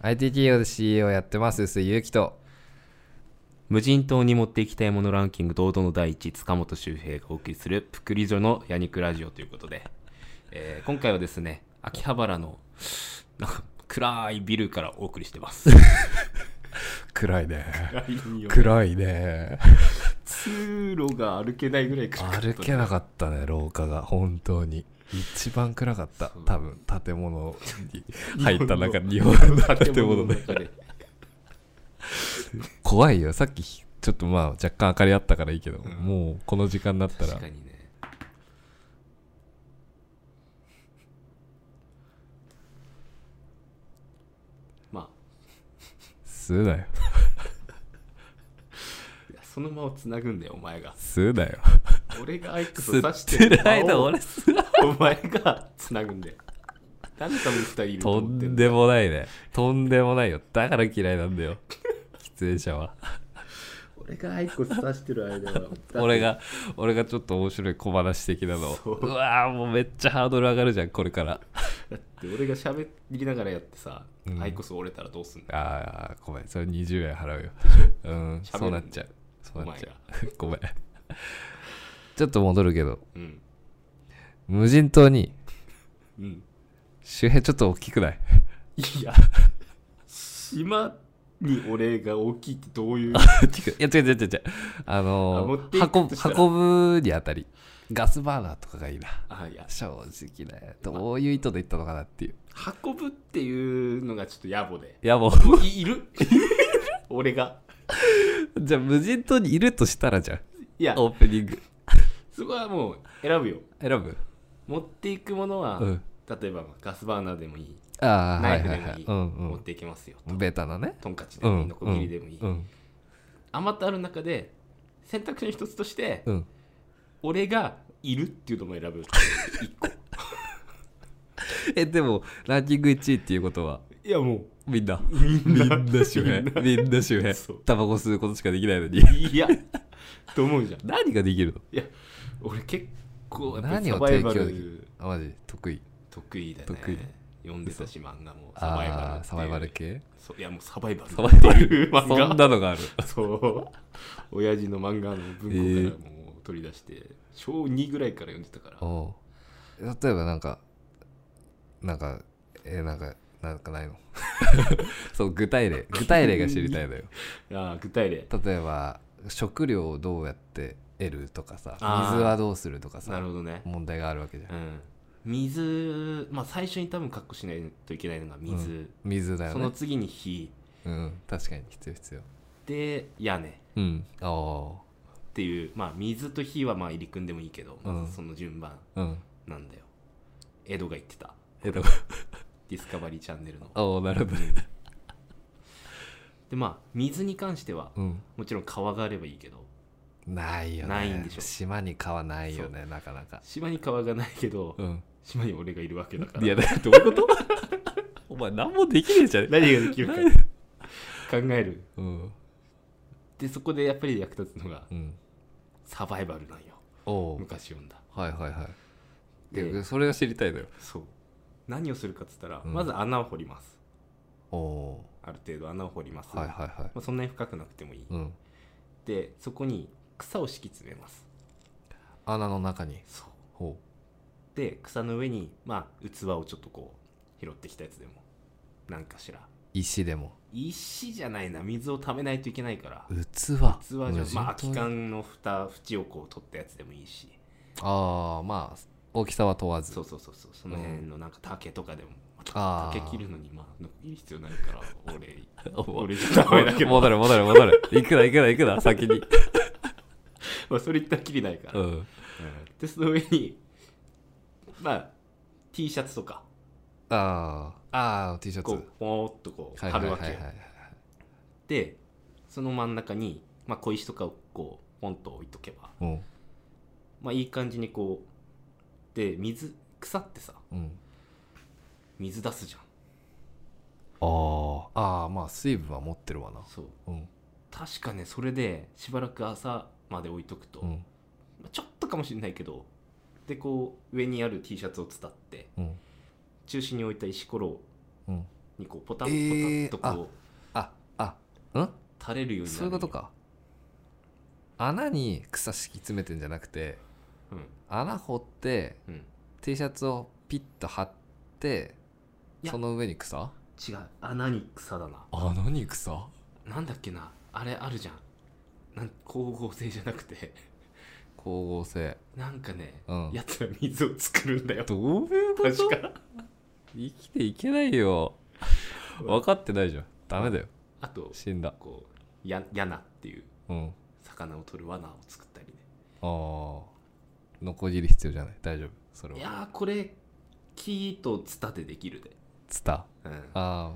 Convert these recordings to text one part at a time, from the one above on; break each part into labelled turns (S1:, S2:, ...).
S1: IT 企業で CEO やってます、薄井ゆうきと。
S2: 無人島に持っていきたいものランキング堂々の第一位塚本周平がお送りする「ぷくりジョのヤニクラジオ」ということで、えー今回はですね秋葉原のなんか暗いビルからお送りしてます
S1: 暗いね。
S2: 暗いよ
S1: 暗いね。
S2: 通路が歩けないぐらい暗かった
S1: 歩けなかったね、廊下が。本当に。一番暗かった
S2: そう。
S1: 多分、建物に 入った中、日
S2: 日
S1: 本
S2: 本
S1: の
S2: の
S1: 建
S2: 建
S1: 物
S2: 物の
S1: で。
S2: 中で
S1: 怖いよ。さっき、ちょっとまあ、若干明かりあったからいいけど、
S2: ん
S1: もう、この時間になったら
S2: 確か、にねまあ
S1: 吸うなよ。
S2: いやその間をつなぐんだよお前が
S1: 吸うなよ。
S2: 俺がアイクスを
S1: 吸っ
S2: 刺して
S1: て
S2: る
S1: る
S2: 間
S1: 間、
S2: 俺
S1: 俺吸 う。
S2: お前がつなぐんだよ何のために二人いると
S1: と
S2: 思ってん
S1: ん
S2: だ
S1: でもないね。とんでもないよ。だから嫌いなんだよ。喫煙者は。
S2: 俺がアイクス刺してる間は
S1: 俺が俺がちょっと面白い小話的なの
S2: そう
S1: うわーもうめっちゃハードル上がるじゃんこれから
S2: だって俺が喋りながらやってさ、
S1: うん
S2: アイコス折れたらどうすんだよ
S1: あーごめんそれ20円払う ようん
S2: 喋る
S1: そうなっちゃうそうなっちゃ
S2: お
S1: う ごめんちょっと戻るけど
S2: うん
S1: 無人島に
S2: うん
S1: 周辺ちょっと大きくない
S2: いや島に俺が大きいってど ういう
S1: いや違う違う違う違うあの
S2: あ持っていくとした
S1: ー、
S2: ら
S1: 運ぶ運ぶにあたりガスバーナーとかがいいな
S2: あいや
S1: 正直ねどういう意図で行ったのかなっていう
S2: 運ぶっていうのがちょっと野暮で
S1: いやもう
S2: もうい いる俺が
S1: じゃあ無人島にいるとしたらじゃ ん
S2: いや
S1: オープニング
S2: そこはもう選ぶよ
S1: 選ぶ
S2: 持っていくものは、
S1: うん
S2: 例えばガスバーナーでもいい
S1: ああ
S2: ナイフでもいい、
S1: うん
S2: 持っていけますよ
S1: うんベタなね
S2: トンカチで
S1: う
S2: もいい
S1: ん
S2: ノコギリでもいい、
S1: うん
S2: 余ってある中で選択肢の一つとして、
S1: うん
S2: 俺がいるっていうのも選ぶ一個
S1: えでもランキング1位っていうこと はい
S2: やも
S1: みんな
S2: うみ
S1: み
S2: ん
S1: ん
S2: な
S1: な周辺みんな周辺
S2: そう
S1: タバコ吸うことしかできないのに
S2: いやと思うじゃんい
S1: 何ができるの
S2: や俺結構やっぱり
S1: 何
S2: サ
S1: を
S2: バイ
S1: 提
S2: バ
S1: 供できる
S2: ル
S1: あマジ得意
S2: 得意だね
S1: 得意
S2: 読んでたし漫画もサバイバル
S1: あ
S2: ってい
S1: あ
S2: う
S1: サバイバル系
S2: そういやもうサバイバル
S1: サバイバ
S2: ル
S1: そんなの がある
S2: そう親父の漫画の文庫からもう取り出して、小2ぐらいから読んでたから
S1: おう例えばなんかなんかえーなんかなんかないの そう具体例具体例が知りたいのよ
S2: ああ具体例
S1: 例えば食料をどうやって得るとかさ
S2: あー
S1: 水はどうするとか
S2: な
S1: さ
S2: るほどね、
S1: 問題があるわけじゃん、
S2: うん、水まあ最初に多分確保しないといけないのが水、
S1: 水だよ
S2: そ
S1: ね
S2: の次に火
S1: うん確かに必要必要
S2: で屋根っ
S1: うんああ
S2: ていうまあ水と火はまあ入り組んでもいいけど、
S1: うん
S2: まずその順番
S1: うん
S2: なんだよ江戸が言ってた
S1: えっと
S2: ディスカバリーチャンネルの
S1: ああなるほど
S2: でまあ水に関しては
S1: うん
S2: もちろん川があればいいけど
S1: ないよね
S2: ないんでしょ
S1: 島に川ないよねなかなか
S2: 島に川がないけど、
S1: うん
S2: 島に俺がいるわけだから
S1: いやだ
S2: どういうこと
S1: お前何もできねえじゃね
S2: 何ができるか考える
S1: うん
S2: でそこでやっぱり役立つのが
S1: うん
S2: サバイバルなんよ
S1: おおう
S2: 昔読んだ
S1: はいはいはい
S2: で
S1: でそれが知りたいのよ
S2: そう何をするかっつったら、
S1: うん
S2: まず穴を掘ります
S1: おお
S2: ある程度穴を掘ります、
S1: うはいはいはい
S2: まあ、そんなに深くなくてもいい、
S1: うん
S2: でそこに草を敷き詰めます
S1: 穴の中に
S2: そう
S1: ほ
S2: で草の上にまあ器をちょっとこう拾ってきたやつでもなんかしら
S1: う石でも
S2: 石じゃないな水をためないといけないから
S1: 器
S2: 器じゃん
S1: 無人島
S2: まあ空き缶の蓋縁をこう取ったやつでもいいし
S1: ああまあ大きさは問わず
S2: そうそうそうそうその辺のなんか竹とかでも、
S1: あー
S2: 竹 切るのにまあいる必要ないから俺
S1: お
S2: 俺じゃダメだけど、
S1: 戻る戻る戻る行くな行くな行くな先に
S2: まあ、それ言ったらきりないから、
S1: うん
S2: うんでその上にまあ T シャツとか
S1: ああああ T シャツ
S2: こうポーっとこう
S1: はい
S2: 貼
S1: はい
S2: る
S1: は
S2: わ
S1: い
S2: け
S1: は
S2: よ、
S1: い
S2: でその真ん中に、まあ、小石とかをこうポンと置いとけば、
S1: うん
S2: まあ、いい感じにこうで水草ってさ
S1: うん
S2: 水出すじゃん
S1: ああああまあ水分は持ってるわな
S2: そう
S1: うん
S2: 確かねそれでしばらく朝まで置いとくと、
S1: うん
S2: まあちょっとかもしれないけどでこう上にある T シャツを伝って
S1: うん
S2: 中心に置いた石ころを
S1: うん
S2: にこうポタン
S1: え
S2: ポタン
S1: ー
S2: とこ
S1: ああん
S2: う垂れるようになる
S1: そういうこと、か穴に草敷き詰めてんじゃなくて
S2: うん
S1: 穴掘って
S2: うん、
S1: T シャツをピッと貼って
S2: いや
S1: その上に草
S2: 違う穴に草だな
S1: 穴に草
S2: なんだっけなあれあるじゃんなん光合成じゃなくて
S1: 光合成
S2: なんかね、
S1: うん
S2: やつら水を作るんだよ
S1: どういうこと
S2: 確か
S1: 生きていけないよ分かってないじゃんダメだよ
S2: あと
S1: 死んだ
S2: こうややなっていう
S1: うん
S2: 魚を取る罠を作ったりね
S1: ああ残り必要じゃない大丈夫それ
S2: い
S1: は
S2: やーこれ木とツタでできるで、
S1: ツタ
S2: うん、
S1: ああ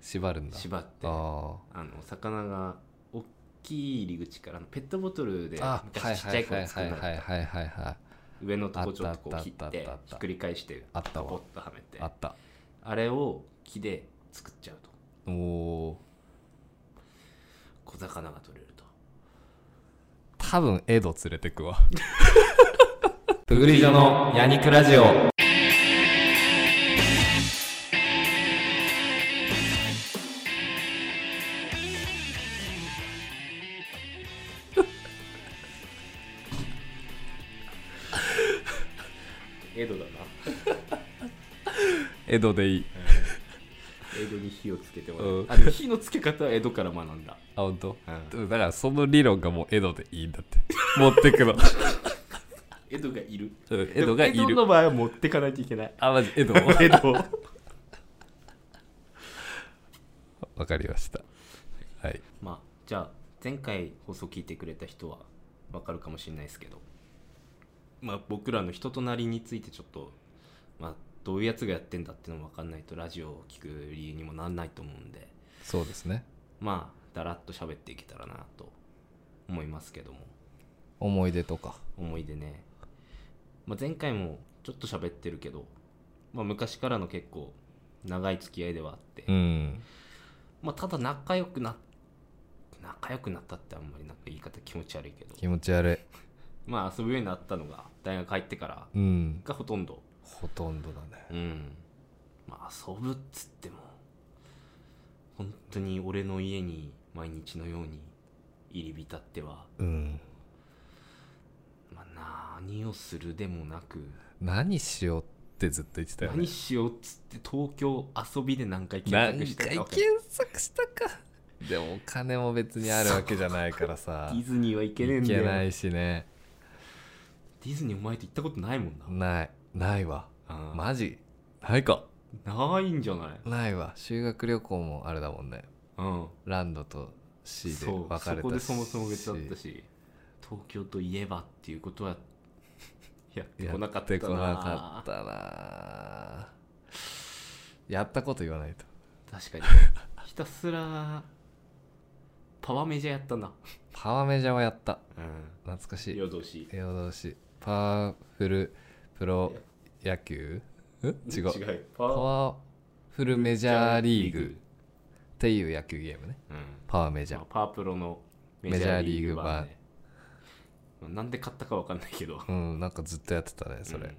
S1: 縛るんだ
S2: 縛ってあ
S1: あ
S2: の魚が大きい入り口からあのペットボトルで
S1: ああはい
S2: 昔ちっ
S1: は
S2: ちゃ
S1: い
S2: い
S1: は
S2: 頃
S1: い
S2: 作
S1: は
S2: る
S1: い
S2: の
S1: はいはいはいはい
S2: 上のとこちょっとこ
S1: あっ
S2: う
S1: た
S2: 切
S1: あ
S2: っ
S1: ったあった
S2: て
S1: あった
S2: ひっくり返して
S1: あったわ
S2: ポッとはめて
S1: あった
S2: あれを木で作っちゃうと
S1: おおー
S2: 小魚が取れると
S1: 多分江戸連れてく わ
S2: プグリジョのヤニクラジオ江戸だな
S1: 江戸でいい
S2: 江戸に火をつけても
S1: うん
S2: らうあの火のつけ方は江戸から学んだ
S1: あ本当
S2: うん。
S1: でもだからその理論がもう江戸でいいんだって 持ってくの
S2: 江戸がいる
S1: うん江戸がい
S2: でも江
S1: る
S2: 戸の場合は持ってかないといけ ない
S1: あまず江 戸
S2: 江戸を
S1: わかりましたはい
S2: まあじゃあ前回放送聞いてくれた人はわかるかもしれないですけど、まあ、僕らの人となりについてちょっと、まあ、どういうやつがやってんだっていうのもわかんないとラジオを聞く理由にもなんないと思うんで
S1: そうですね
S2: まあだらっと喋っていけたらなと思いますけども
S1: 思い出とか
S2: 思い出ね、まあ、前回もちょっと喋ってるけど、まあ、昔からの結構長い付き合いではあって、
S1: うん
S2: まあ、ただ仲良くな仲良くなったってあんまりなんか言い方気持ち悪いけど
S1: 気持ち悪
S2: まあ遊ぶようになったのが大学入ってから
S1: いうん
S2: がほとんど
S1: ほとんどだね
S2: うんまあ遊ぶっつっても本当に俺の家に毎日のように入り浸っては、
S1: うん
S2: まあ、何をするでもなく
S1: 何しようってずっと言ってたよね
S2: 何しようっつって東京遊びで何回検索
S1: 何
S2: して
S1: 回
S2: たわ
S1: 検
S2: け
S1: 索したかでもお金も別にあるわけじゃないからさ
S2: ディズニーは行けねえん
S1: 行
S2: だ
S1: け
S2: よ
S1: な
S2: デ
S1: いしね
S2: ィズニーお前と行ったことないもんな、
S1: ないないわ
S2: あー
S1: マジないか
S2: ないんじゃない
S1: ないわ修学旅行もあれだもんね
S2: うん
S1: ランドと C で
S2: そ
S1: 分
S2: う
S1: かれたし
S2: そこでそもそも別だったし東京といえばっていうこ とはやって
S1: や
S2: こなか
S1: っ
S2: った
S1: て
S2: な
S1: こなかったなやったこと言わないと
S2: 確か にひたすらパワーメジャーやったな、
S1: パワーメジャーはやった
S2: う
S1: 懐かしい
S2: 夜通し
S1: 夜通しパワフルプロ野球ん違う
S2: パ
S1: パ
S2: ワー
S1: ワフルメジャーリーグっていう野球ゲームね
S2: うん
S1: パワーメジャ
S2: まあ
S1: ー、
S2: パワープロのメジャーリーグ版、ね、まあなんで買ったかわかんないけど
S1: うんなんかずっとやってたねそれ、
S2: うん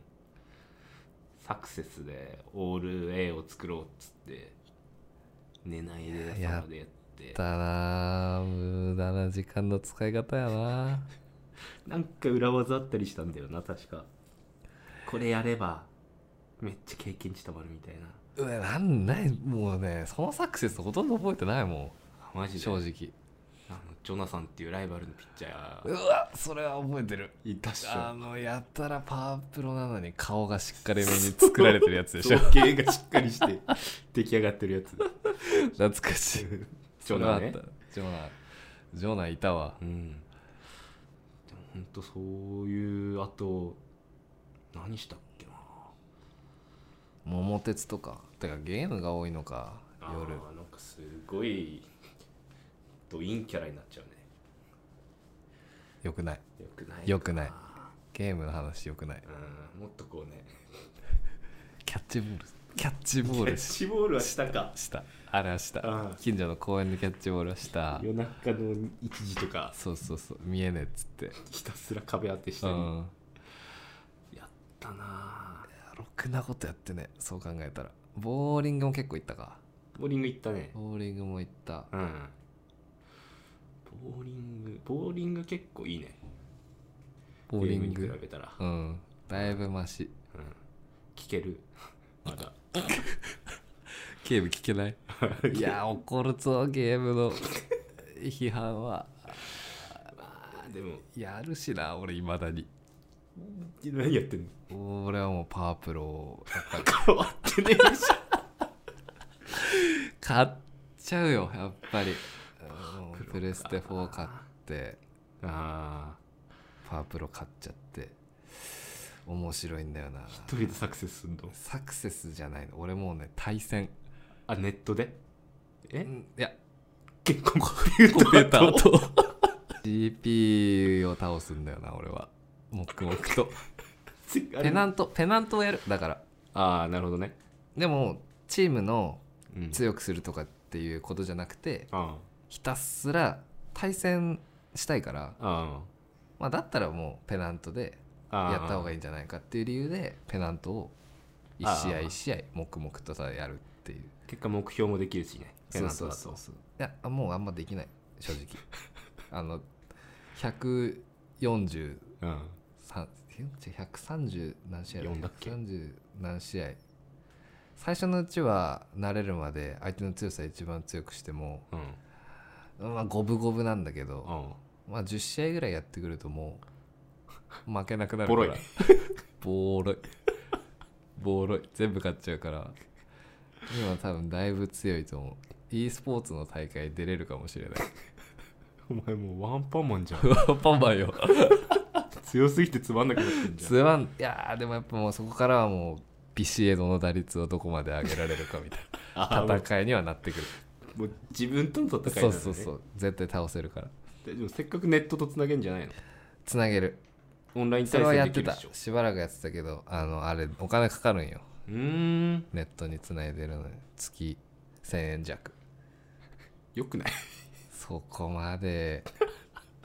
S2: サクセスでオール A を作ろうっつって寝ないで
S1: や
S2: 朝までやって
S1: だなあ無駄な時間の使い方やな
S2: なんか裏技あったりしたんだよな確かこれやればめっちゃ経験値たまるみたいな
S1: うわなんないもうねそのサクセスほとんど覚えてないも
S2: あマ
S1: ん
S2: ジで
S1: 正直
S2: あのジョナサンっていうライバルのピッチャ
S1: う
S2: ー
S1: わそれは覚えてる
S2: いたっし
S1: あのやったらパワープロなのに顔がしっかりめに作られてるやつでしょ
S2: 造形がしっかりして 出来上がってるやつ
S1: 懐かし い
S2: ジ
S1: そ
S2: ョナね
S1: れはあったジョナジョナいたわ
S2: うんでもほんとそういうあと何したっけな
S1: 桃鉄とかてかゲームが多いのか夜
S2: あーなんかすごいドインキャラになっちゃうね
S1: よくない
S2: よくない
S1: 良くないゲームの話よくない
S2: うんもっとこうね
S1: キャッチボールキャッチボールし
S2: キャッチボールはしたか
S1: したあれはした
S2: あー
S1: 近所の公園でキャッチボールはした
S2: 夜中の1時とか
S1: そうそうそう見えねえっつって
S2: ひたすら壁当てした
S1: う
S2: り
S1: ん
S2: やったなあ
S1: ろくなことやってねそう考えたらボーリングも結構行ったか
S2: ボーリング行ったね
S1: ボーリングも行った
S2: うんボーリングボーリング結構いいね
S1: ボーリン
S2: ゲームに
S1: グ
S2: 比べたら、
S1: うんだいぶマシ
S2: うん、聞けるまだ
S1: ゲーム聞けない いや怒るぞゲームの批判は
S2: まあでも
S1: やるしな俺いまだに
S2: 何やってんの
S1: 俺はもうパープロをやっぱり
S2: 変わってねえし
S1: 買っちゃうよやっぱりうんプレステ4買って
S2: ああ
S1: パープロ買っちゃって面白いんだよな
S2: 一人でサクセスすんの
S1: サクセスじゃないの俺もうね対戦
S2: あネットで
S1: う
S2: え
S1: んいや
S2: 結婚コンピュータ
S1: コ
S2: ー
S1: ンピューターと GP を倒すんだよな俺は黙々とペナ
S2: ン
S1: ントペナントをやるだから
S2: ああなるほどね、
S1: でもチームの
S2: うん、
S1: 強くするとかっていうことじゃなくて
S2: あ
S1: ひたすら対戦したいから
S2: あ、あ
S1: まあ、だったらもうペナントで
S2: あああ
S1: やった方が
S2: いい
S1: いいんじゃないかっていう理由でペナントを一試合一試合黙々とさやるっていう
S2: 結果目標もできるしねペナントだと
S1: そうそうそうそういやもうあんまできない正直あの140
S2: うん
S1: さ130何試合
S2: 4だっけ
S1: 130何試合最初のうちは慣れるまで相手の強さ一番強くしても
S2: うん
S1: まあ五分五分なんだけ
S2: う
S1: ど
S2: ん
S1: まあ10試合ぐらいやってくるともう負けなくなる
S2: ボ
S1: か
S2: ロい
S1: ら ボロいボロい全部勝っちゃうから今多分だいぶ強いと思う e スポーツの大会出れるかもしれない
S2: お前もうワンパンマンじゃん
S1: パンパンよ
S2: 強すぎてつまんなくなってんじゃ
S1: つまんいやーでもやっぱもうそこからはもうビシエドの打率をどこまで上げられるかみたい
S2: ん。
S1: な戦いにはなってくる
S2: もう自分との戦いなんだ、
S1: そ
S2: ね、
S1: うそうそう絶対倒せるから
S2: ででもせっかくネットとつなげんじゃないの
S1: つなげる
S2: オンライン
S1: そ
S2: 対
S1: れはや
S2: 戦
S1: っ
S2: でき
S1: てた
S2: るでしょ
S1: しばらくやってたけどあのあれお金かかるんよ
S2: うーん
S1: ネットにつないでるのに月1000円弱
S2: よくない、
S1: そこまで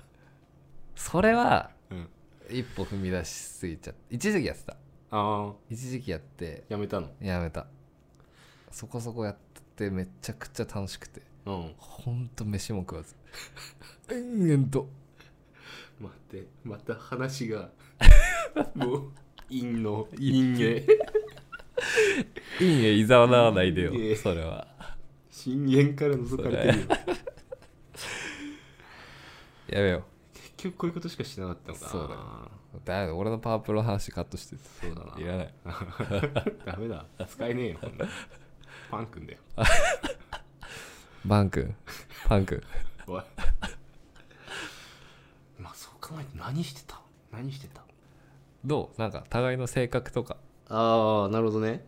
S1: それは
S2: うん、
S1: 一歩踏み出しすぎちゃって一時期やってた
S2: ああ
S1: 一時期やって
S2: やめたの
S1: やめたそこそこやってめちゃくちゃ楽しくて
S2: うん
S1: ほんと飯も食わず延々と
S2: 待ってまた 話がもう陰の陰影
S1: いいねいざなわないでよ
S2: いいね
S1: それは
S2: 深淵から覗かれてるよ
S1: やめよ
S2: 結局こういうことしかしてなかったのかな
S1: そうだうだめ俺のパワープロの話カットして
S2: そうだない
S1: らない
S2: ダメだ使えねえよこんなのパンくんだよ
S1: バン君パン君
S2: おい まあそう考えて何してた何してた
S1: どうなんか互いの性格とか
S2: ああなるほどね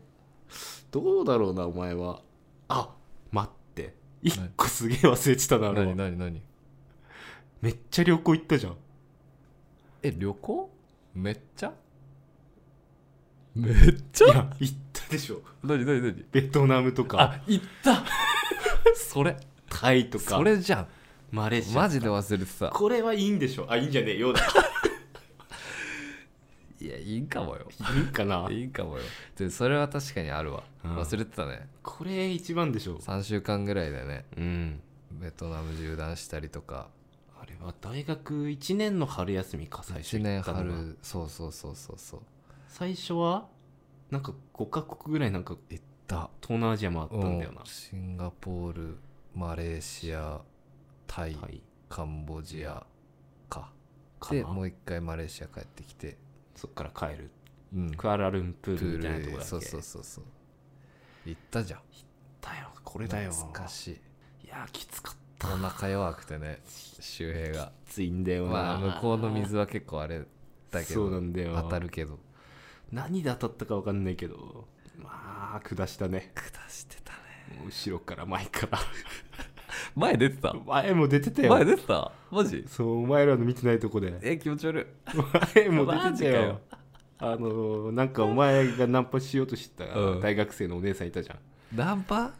S2: どうだろうなお前はあ待って一個すげえ忘れてたな俺
S1: 何何何
S2: めっちゃ旅行行ったじゃん
S1: え旅行めっちゃめっち
S2: い
S1: ゃ
S2: や行ったでしょ
S1: 何何何
S2: ベトナムとか
S1: あ行ったそれ
S2: タイとか
S1: それじゃん
S2: マレーシア
S1: マジで忘れてた
S2: これはいいんでしょあいいんじゃねえよだ
S1: いやいいかもよ
S2: いいかない
S1: いかもよでそれは確かにあるわ
S2: うん
S1: 忘れてたね
S2: これ一番でしょ
S1: 3週間ぐらいだよね
S2: うん
S1: ベトナム縦断したりとか
S2: あれは大学1年の春休みか最初
S1: 1
S2: 行
S1: 年
S2: ったのが
S1: 春そうそうそうそうそう
S2: 最初はなんか5カ国ぐらいなんか
S1: 行った
S2: 東南アジアもあったんだよな
S1: うん、シンガポールマレーシアタイ、
S2: はい
S1: カンボジアか
S2: か
S1: で
S2: な
S1: もう一回マレーシア帰ってきて、
S2: そっから帰る
S1: うん、
S2: クアラルンプー
S1: プー
S2: ル
S1: ル
S2: みたいなとこだっけ
S1: そうそうそうそう行ったじゃん
S2: だよこれだよ
S1: 懐かしい
S2: いやーきつかった
S1: お腹弱くてね周平が
S2: きついんだよな、
S1: まあ向こうの水は結構あれだけ
S2: そうな
S1: ど
S2: んだよ
S1: 当たるけど
S2: 何で当たったか分かんないけどまあ下したね
S1: 下してたね
S2: もう後ろから前から
S1: 前出てた
S2: 前も出てたよ
S1: 前出てたマジ
S2: そうお前らの見てないとこで
S1: え気持ち悪い
S2: 前も出
S1: マ
S2: て
S1: ジ
S2: た
S1: か
S2: よ
S1: よ
S2: あのーなんかお前がナンパしようとしてた、
S1: うん
S2: 大学生のお姉さんいたじゃん
S1: ナンパ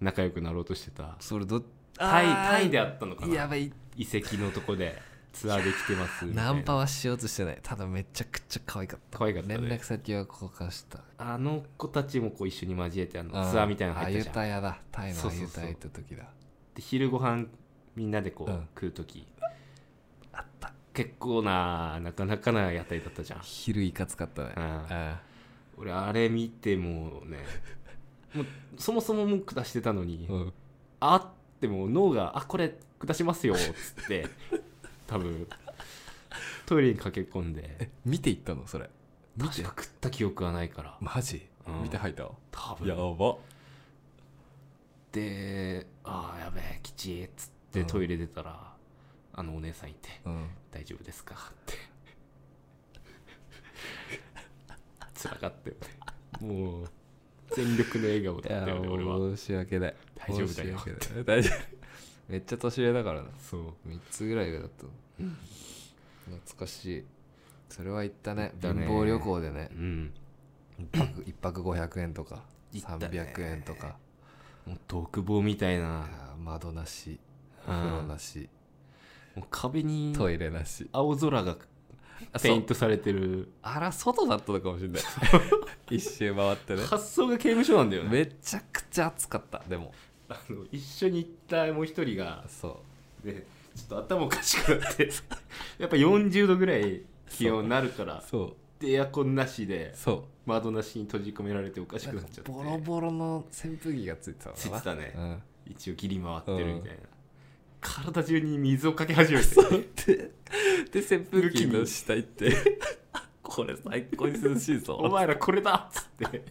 S2: 仲良くなろうとしてた
S1: それど
S2: タイ
S1: あー
S2: タイであったのかな
S1: やばい
S2: 遺跡のとこでツアーできてますみたい
S1: ナ
S2: な
S1: ンパはしようとしてないただめちゃくちゃ可愛かった
S2: 可愛かったね
S1: 連絡先は交換した
S2: あの子たちもこう一緒に交えてあのツアーみたいなの入
S1: あ
S2: っ
S1: ゆ
S2: たじゃん
S1: たやだタイの
S2: そう
S1: あ
S2: そう
S1: ゆ
S2: そう
S1: たや行った時だ
S2: で昼ご飯みんなでこう、
S1: うん
S2: 食う時
S1: あった
S2: 結構ななかなかな屋台だったじゃん
S1: 昼いかつかったね
S2: うん
S1: あ
S2: 俺あれ見てもうねもうそもそも文句出してたのに、
S1: うん
S2: あってもう脳が「あこれ下しますよ」っつって多分トイレに駆け込んで
S1: え見ていったのそれ見
S2: 確
S1: て
S2: か食った記憶はないから
S1: マジ
S2: うん
S1: 見て吐いた
S2: 多分
S1: やば
S2: で「ああやべえ吉」っつって
S1: うん
S2: トイレ出たら、あのお姉さんいて
S1: うん
S2: 「大丈夫ですか?」って つらかったよねもう全力の笑顔
S1: い
S2: だ
S1: や
S2: ったよね俺
S1: 申
S2: は
S1: し訳ない
S2: 大丈夫だよ
S1: 申し訳ない大丈夫めっちゃ年上だからな
S2: そう
S1: 3つぐらい上だったの懐かしいそれは行ったね
S2: 行った
S1: 貧
S2: ね
S1: 乏旅行でね
S2: うん
S1: 1泊500円とか
S2: 行ったね
S1: 300円とか
S2: もう独房みたい
S1: い
S2: な
S1: や窓なし
S2: うん
S1: 風呂なし
S2: もう壁に
S1: トイレなし
S2: 青空が
S1: あそ
S2: ペ
S1: う
S2: イントされてる
S1: あら外だったのかもし れない一周回ってね
S2: 発想が刑務所なんだよね
S1: めちゃくちゃ暑かったでも
S2: あの一緒に行ったもう一人が
S1: そ
S2: でちょっと頭おかしくなってやっぱ40度ぐらい気温になるか
S1: う
S2: ら
S1: そ
S2: でエアコンなしで
S1: うそう
S2: 窓なしに閉じ込められておかしくなっちゃって
S1: ボロボロの扇風機がついてたのか
S2: つい
S1: な
S2: てたね
S1: うん
S2: 一応切り回ってるみたいな、体中に水をかけ始めて
S1: でで扇風機の下行って これ最高に涼しい ぞ
S2: お前らこれだっつって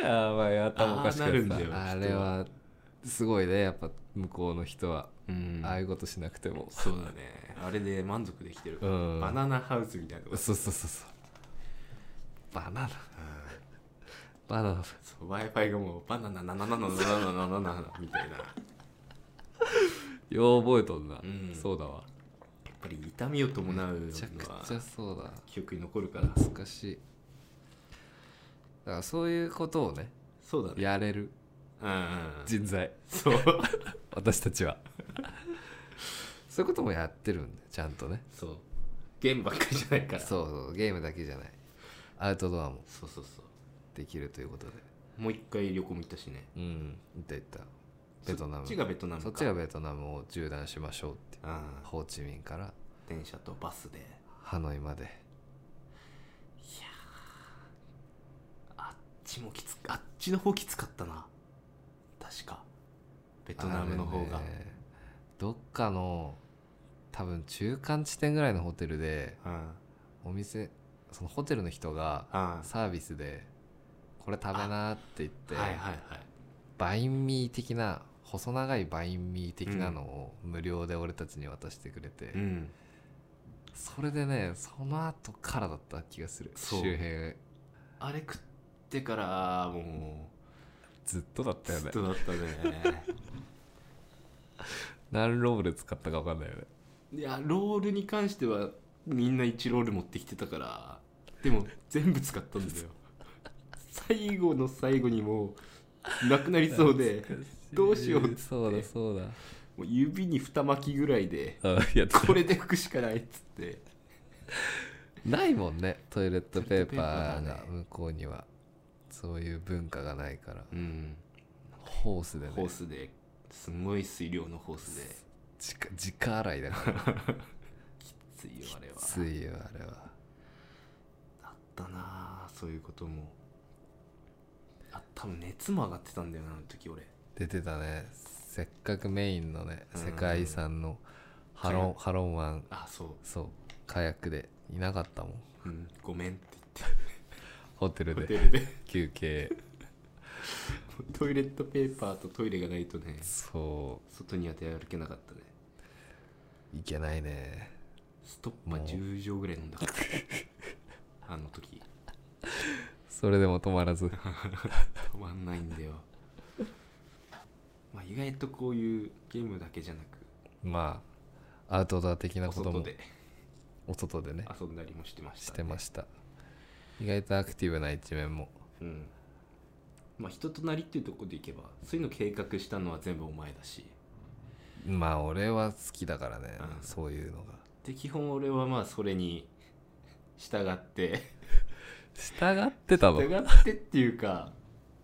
S1: あーまあ頭おかしく
S2: あーなるん
S1: な
S2: だ
S1: っ
S2: よ
S1: たあ
S2: 人は
S1: れはすごいねやっぱ向こうの人は、
S2: うん
S1: ああいうことしなくても
S2: そうだねあれで満足できてる、
S1: うん
S2: バナナハウスみたいなとこ
S1: そうそうそうそうバナナバナナ
S2: w i f i がもうバナナナナナナナナナナナナみたいなや
S1: よう覚えとんな、
S2: うん
S1: そうだわ
S2: っぱり痛みを伴うの
S1: めちゃく
S2: は
S1: ちゃそうだ
S2: 記憶に残るから
S1: 懐かしいだからそういうことをね
S2: そうだね
S1: やれる
S2: うんうん
S1: 人材
S2: そう
S1: 私たちは そういうこともやってるんでちゃんとね
S2: そうゲームばっかりじゃないから
S1: そうそうゲームだけじゃないアウトドアも
S2: そうそうそ
S1: できるということで
S2: うもう一回旅行も行ったしね
S1: うん行った行ったベトナム
S2: そっちがベトナムか
S1: そっちがベトナムを縦断しましょうって
S2: うん
S1: ホーチミンから
S2: 電車とバスで
S1: ハノイまで
S2: あっちもきつあっちの方きつかったな確かベ
S1: ベ
S2: トナムの方が、
S1: どっかの多分中間地点ぐらいのホテルで
S2: うん
S1: お店そのホテルの人が
S2: あ
S1: サービスでこれ食べなーって言って、
S2: はいはいはい
S1: バインミー的な細長いバインミー的なのを無料で俺たちに渡してくれて、
S2: うん
S1: それでねその後からだった気がする
S2: そう
S1: 周辺
S2: あれ食ってからも
S1: ずっとだっ
S2: う
S1: たよ
S2: ず
S1: ね
S2: っとだっ たね
S1: 何ロール使ったか分かんないよね
S2: いやロールに関してはみんな1ロール持ってきてたからでも全部使ったんだよ最後の最後にもうなくなりそう でどうしようっつって
S1: そうだそうだ
S2: もう指に二巻きぐらいで
S1: あいや
S2: これで拭くしかないっつって
S1: ないもんねトイレットペーパ
S2: トイレッ
S1: ー
S2: トペーパ
S1: が
S2: ーがね
S1: 向こうにはそういう文化がないから
S2: うん
S1: ホースでね
S2: ホースですごい水量のホースで
S1: 直直洗いだから
S2: 水よあれは
S1: きついよあれは
S2: あったなあそういうこともあ多分熱も上がってたんだよなあの時俺
S1: 出てたねせっかくメインのね
S2: うん
S1: 世界遺産のハロンハロン湾
S2: あそ
S1: そうカヤックでいなかったもん
S2: う、うん、ごめんって
S1: ホテル
S2: 言って
S1: で
S2: ホテルで
S1: 休憩
S2: トイレットペーパーとトイレがないとね
S1: そ
S2: 外には出歩けなかったね
S1: ういけないね
S2: ストッパー
S1: もう
S2: 10錠ぐらい飲ん だからあの時
S1: それでも止まら ず
S2: 止まんないんだよまあ意外とこういうゲームだけじゃなく
S1: まあアウトドア的な
S2: お
S1: こと
S2: 外
S1: も
S2: で
S1: お外でね
S2: 遊んだりもしてまし、
S1: したてました意外とアクティブな一面も
S2: うんまあ人となりっていうところでいけばそういうの計画したのは全部お前だし
S1: まあ俺は好きだからね、
S2: うん
S1: そういうのが
S2: で基本俺はまあそれに 従って
S1: 従ってたの
S2: 従ってっていうか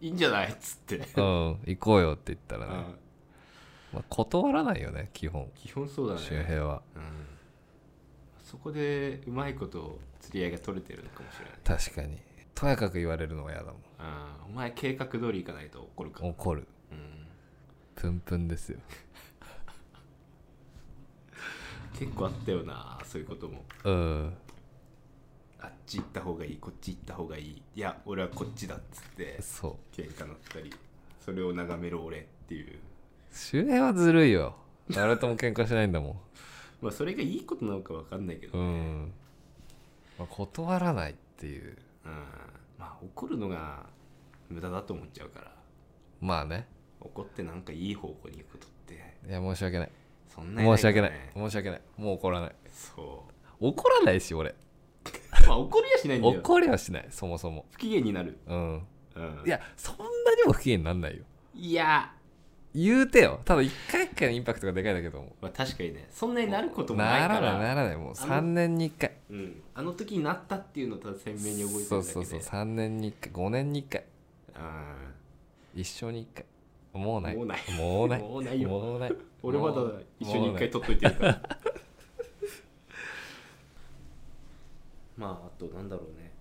S2: いいんじゃないっつって、
S1: うん行こうよって言ったら
S2: う
S1: ね、
S2: ん
S1: まあ、断らないよね基本
S2: 基本そうだね
S1: 周平は
S2: うん、そこでうまいこと釣り合いが取れてるのかもしれない
S1: 確かにとやかく言われるのは嫌だも
S2: あーお前計画通りいかないと怒るか
S1: ん怒る
S2: うん、
S1: プンプンですよ
S2: 結構あったよなそういうことも
S1: うん
S2: あっち行った方がいいこっち行った方がいいいや俺はこっちだっつって
S1: そう
S2: 喧嘩なったりそれを眺める俺っていう
S1: 周平はずるいよ誰とも喧嘩しないんだも
S2: まあそれがいいことなのか分かんないけど
S1: んう
S2: ね、
S1: ん、まあ、断らないっていう
S2: うんまあ怒るのが無駄だと思っちゃうから
S1: まあね
S2: 怒ってなんかいい方向に行くことって
S1: いや申し訳ない
S2: そんなに
S1: 申し
S2: か
S1: 訳
S2: ら
S1: ない
S2: ね
S1: 申し訳ないもう怒らない
S2: そ
S1: 怒らないし俺
S2: うまあ怒りやしないんだよ
S1: 怒りはしないそもそも
S2: 不機嫌になる、
S1: うん
S2: うん、
S1: いやそんなにも不機嫌になんないよ
S2: いや
S1: 言うてよただ一回一回のインパクトがでかいだけども
S2: まあ、確かにねそんなになることもない
S1: な
S2: から
S1: らないならないもう3年に1回
S2: うん、あの時になったっていうのをただ鮮明に覚えてるだけで
S1: そうそうそう3年に1回5年に1回
S2: あ
S1: 一生に1回もうない
S2: もうない
S1: もう
S2: ー
S1: ない
S2: もうないよ
S1: もうない
S2: 俺まだ
S1: もう
S2: 一緒
S1: も
S2: に一
S1: うない
S2: 回取っといてるから まああとなんだろうね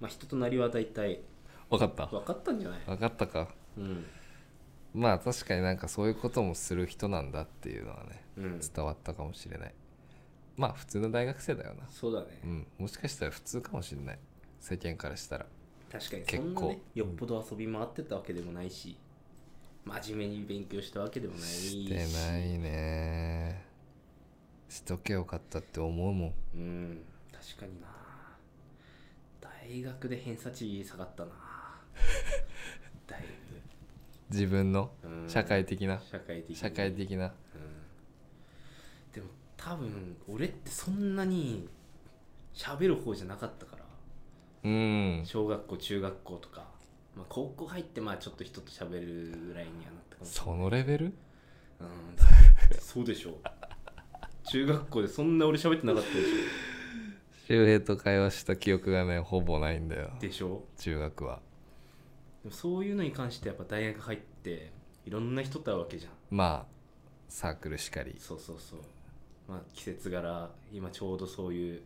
S2: まあ人となりは大体
S1: 分かった
S2: 分かったんじゃない
S1: 分かったか
S2: うん
S1: まあ確かになんかそういうこともする人なんだっていうのはね
S2: うん
S1: 伝わったかもしれないまあ普通の大学生だよな
S2: そうだね、
S1: うんもしかしたら普通かもしれない世間からしたら
S2: 確かにそ
S1: 結
S2: んな
S1: 構
S2: ねよっぽど遊び回ってたわけでもないし真面目に勉強したわけでもないし
S1: してないねしとけよかったって思うもん
S2: うん確かにな大学で偏差値下がった なだい
S1: 自分の
S2: ぶうん
S1: 社会的な
S2: 社会的に
S1: 社会的な
S2: うんでも多分俺ってそんなに喋る方じゃなかったから
S1: うん
S2: 小学校中学校とか、まあ、高校入ってまあちょっと人と喋るぐらいにはなったかもしれない
S1: そのレベル
S2: うんだってそうでしょ中学校でそんな俺喋ってなかったでし
S1: 周平と会話した記憶がねほぼないんだよ
S2: ょでしょ
S1: 中学は
S2: でもそういうのに関してやっぱ大学入っていろんな人と会うわけじゃん
S1: まあサークルしかり
S2: そうそうそうまあ季節柄今ちょうどそういう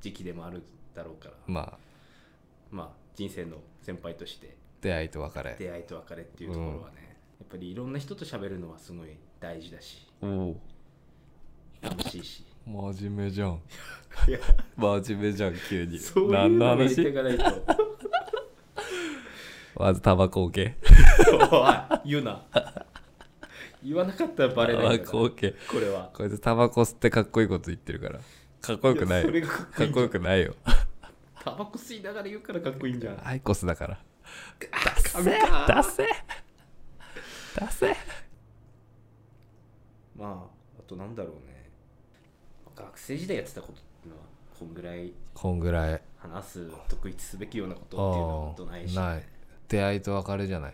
S2: 時期でもあるだろうから
S1: まあ
S2: まあ人生の先輩として
S1: 出会いと別れ
S2: 出会いと別れっていうところはね、やっぱりいろんな人と喋るのはすごい大事だし
S1: おお
S2: 楽しいし
S1: 真面目じゃん
S2: いや
S1: 真面目じゃん急に
S2: そういう
S1: 何の
S2: のを入れてい
S1: 話
S2: かないと
S1: まずタバコ受け
S2: おい言うな言わなかったらバ
S1: タ
S2: レな
S1: バ
S2: いから
S1: コ
S2: こ
S1: 受け
S2: れは
S1: こいつタバコ吸ってかっこいいこと言ってるからかっこよくない
S2: やそれ
S1: よ
S2: がかっこ
S1: か
S2: いい
S1: っ
S2: んじ
S1: こ
S2: ゃ
S1: よ
S2: ん
S1: くないよ
S2: タバコ吸いながら言うからかっこいいんじゃん
S1: アイコスだから
S2: ダメか
S1: 出せ出せ
S2: まああとなんだろうね学生時代やってたことっていうのはこんぐらい
S1: こんぐらい
S2: 話す特筆すべきようなことっていうのは本当ないし、
S1: ああない出会いと別れじゃない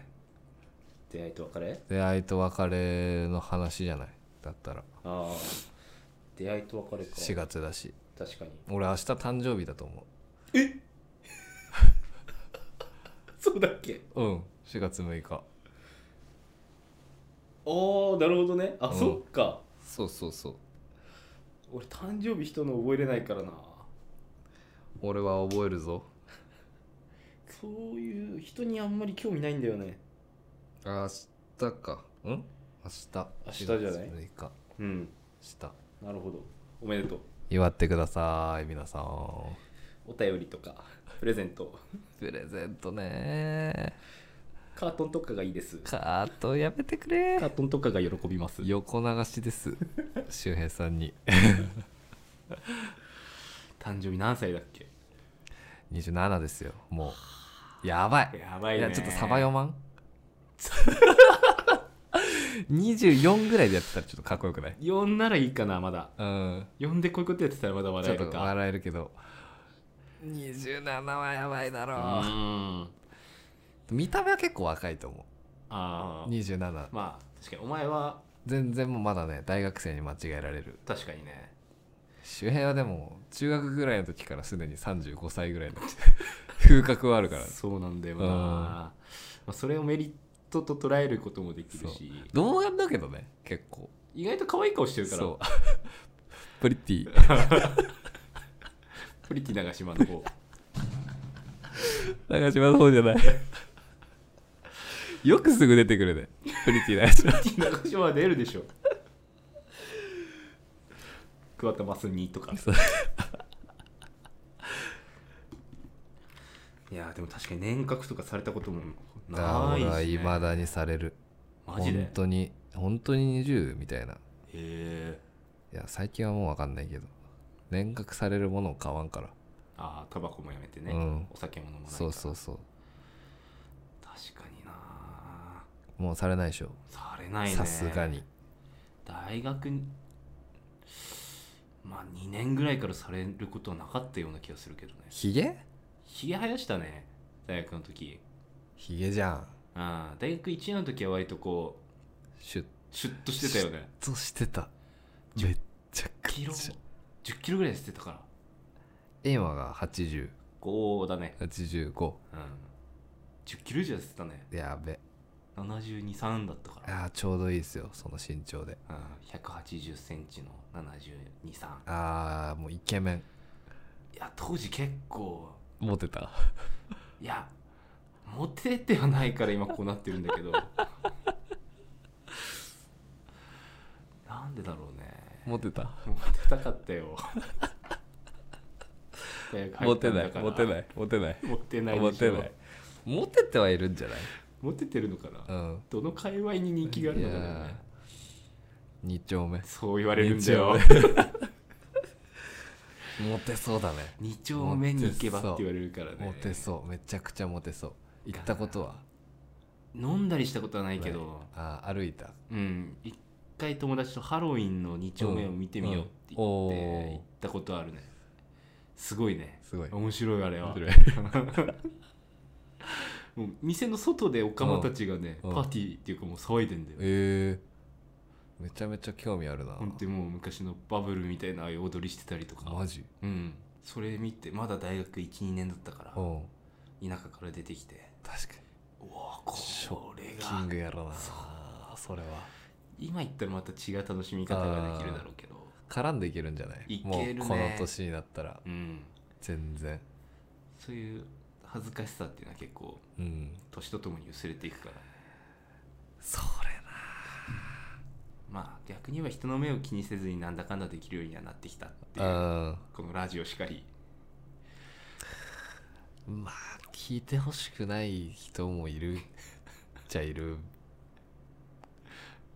S2: 出会いと別れ
S1: 出会いと別れの話じゃないだったら
S2: ああ出会いと別れか
S1: 4月だし
S2: 確かに
S1: 俺明日誕生日だと思
S2: そうだっけ
S1: ううん4月6日
S2: ああなるほどねあ、
S1: うん
S2: そっか
S1: そうそうそう
S2: 俺誕生日人の覚えれないからな
S1: 俺は覚えるぞ
S2: そういう人にあんまり興味ないんだよね
S1: 明日かうん明日
S2: 明日じゃない
S1: 4月6日
S2: うん
S1: 明日
S2: なるほどおめでとう
S1: 祝ってください皆さん
S2: お便りとか プレゼント
S1: プレゼントね
S2: カートンとかがいいです
S1: カートやめてく
S2: カー
S1: れ
S2: トンとかが喜びます
S1: 横流しです周平さんに
S2: 誕生日何歳だっけ
S1: 27ですよもうやばい
S2: やば
S1: い
S2: いね
S1: やちょっとサバ読まん24ぐらいでやってたらちょっとかっこよくない
S2: 呼んならいいかなまだ
S1: うん
S2: 呼んでこういうことやってたらまだ
S1: ち
S2: 笑
S1: ょ
S2: え
S1: っと
S2: るか
S1: 笑えるけど27はやばいだ
S2: う
S1: ろ
S2: ん
S1: う見た目は結構若いと思
S2: ああ
S1: 27
S2: まあ確かにお前は
S1: 全然もうまだね大学生に間違えられる
S2: 確かにね
S1: 周辺はでも中学ぐらいの時からすでに35歳ぐらいの 風格はあるから
S2: そうなんだよ
S1: う
S2: な、
S1: ん
S2: まあ、それをメリットと捉えることもできるし
S1: 動画だけどね結構
S2: 意外と可愛い顔してるから
S1: そう プリティ
S2: プリティ長島の 方
S1: 長島の方じ ゃないよくすぐ出てくるねプリティ長島
S2: プリティ長島は出るでしょ桑田真澄とか
S1: そう
S2: いやーでも確かに年賀とかされたことも
S1: あ
S2: ない
S1: 俺は
S2: し、ね、
S1: 未だにされる
S2: マジで
S1: 本当に本当に20みたいな
S2: へえ
S1: いや最近はもう分かんないけど年額されるものを買わんから、
S2: ああタバコもやめてね、
S1: うん
S2: お酒も飲まないから
S1: そうそうそう
S2: 確かにな
S1: もうされないでしょ
S2: されないね
S1: さすがに
S2: 大学にまあ2年ぐらいからされることはなかったような気がするけどね
S1: ひげ
S2: ひげ生やしたね大学の時
S1: ひげじゃん
S2: ああ大学1年の時は割とこう
S1: シュッ
S2: シュッとしてたよね
S1: としてた
S2: 10
S1: めっちゃく
S2: キロ
S1: ちゃ
S2: 1 0キロぐらい捨てたから
S1: 今が8085
S2: 5だねうん1 0キロ以上捨てたね
S1: やべ
S2: 723だったから、
S1: あーちょうどいいですよその身長で
S2: うん、1 8 0ンチの723
S1: あーもうイケメン
S2: いや当時結構
S1: モテた
S2: いやモテてはないから今こうなってるんだけど なんでだろうね
S1: モテた
S2: モテたかったよ大学入
S1: モ
S2: った
S1: テ
S2: ん
S1: な
S2: だ
S1: い
S2: から
S1: モテないモテない
S2: モテない
S1: モ
S2: でしょ
S1: テないモテてはいるんじゃない
S2: モテてるのかな、
S1: うん
S2: どの界隈に人気があるのか
S1: い
S2: な、
S1: や
S2: ね
S1: ー、2丁目
S2: そう言われるんだよ
S1: 二丁目モテそうだね
S2: 二丁目に行けばって言われるからね
S1: モテそうめちゃくちゃモテそう行ったことは
S2: 飲んだりしたことはないけど、
S1: あー歩いた
S2: うん一回友達とハロウィンの2丁目を見てみようって
S1: う
S2: 言って
S1: んうんおー
S2: 行ったことあるねすごいね
S1: すごい
S2: 面白いあれは
S1: 面
S2: もう店の外でオカマたちがね、
S1: うん
S2: パーティーっていうかもう騒いでんだよ、
S1: えー、めちゃめちゃ興味あるな
S2: ほんとにもう昔のバブルみたいなああいう踊りしてたりとか
S1: マジ
S2: うんそれ見てまだ大学12年だったから
S1: うん
S2: 田舎から出てきて
S1: 確かに
S2: うわこ
S1: ショッ
S2: れ
S1: キン
S2: が
S1: グやろな
S2: そ
S1: それは
S2: 今言ったらまた違う楽しみ方ができるだろうけど
S1: 絡んでいけるんじゃない
S2: いける
S1: も
S2: ね
S1: うこの年になったら
S2: うん
S1: 全然
S2: そういう恥ずかしさっていうのは結構
S1: うん
S2: 年とともに薄れていくからね
S1: それな
S2: まあ逆に言えば人の目を気にせずになんだかんだできるようにはなってきたっていう
S1: あ
S2: このラジオしかり
S1: まあ聞いてほしくない人もいるじゃいる